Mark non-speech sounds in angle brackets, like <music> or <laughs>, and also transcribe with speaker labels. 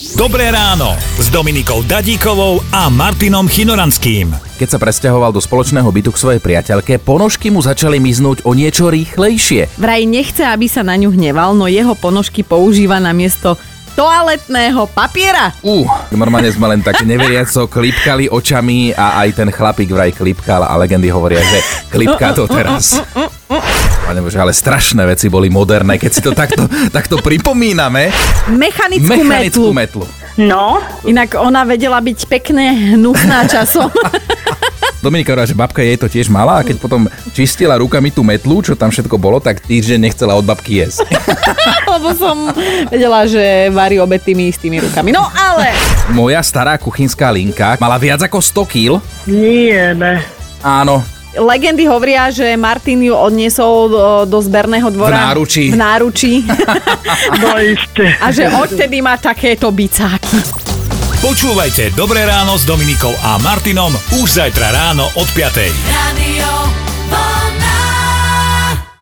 Speaker 1: Dobré ráno s Dominikou Dadíkovou a Martinom Chinoranským.
Speaker 2: Keď sa presťahoval do spoločného bytu k svojej priateľke, ponožky mu začali miznúť o niečo rýchlejšie.
Speaker 3: Vraj nechce, aby sa na ňu hneval, no jeho ponožky používa na miesto toaletného papiera.
Speaker 2: Uh, normálne sme len tak neveriaco klipkali očami a aj ten chlapík vraj klipkal a legendy hovoria, že klipká to teraz. Pane Bože, ale strašné veci boli moderné, keď si to takto, takto pripomíname.
Speaker 3: Mechanickú,
Speaker 2: Mechanickú
Speaker 3: Mechanickú metlu.
Speaker 2: metlu.
Speaker 4: No,
Speaker 3: Inak ona vedela byť pekne hnusná časom. <laughs>
Speaker 2: Dominika hovorila, že babka jej to tiež mala a keď potom čistila rukami tú metlu, čo tam všetko bolo, tak týždeň nechcela od babky jesť.
Speaker 3: Lebo som vedela, že varí obe tými istými rukami. No ale
Speaker 2: Moja stará kuchynská linka mala viac ako 100 kg.
Speaker 4: nie, ne.
Speaker 2: Áno,
Speaker 3: legendy hovoria, že Martin ju odniesol do, do zberného dvora.
Speaker 2: V náručí.
Speaker 3: V náručí. <laughs>
Speaker 4: To isté.
Speaker 3: A že odtedy má takéto bicáky.
Speaker 1: Počúvajte Dobré ráno s Dominikou a Martinom už zajtra ráno od 5.
Speaker 5: Radio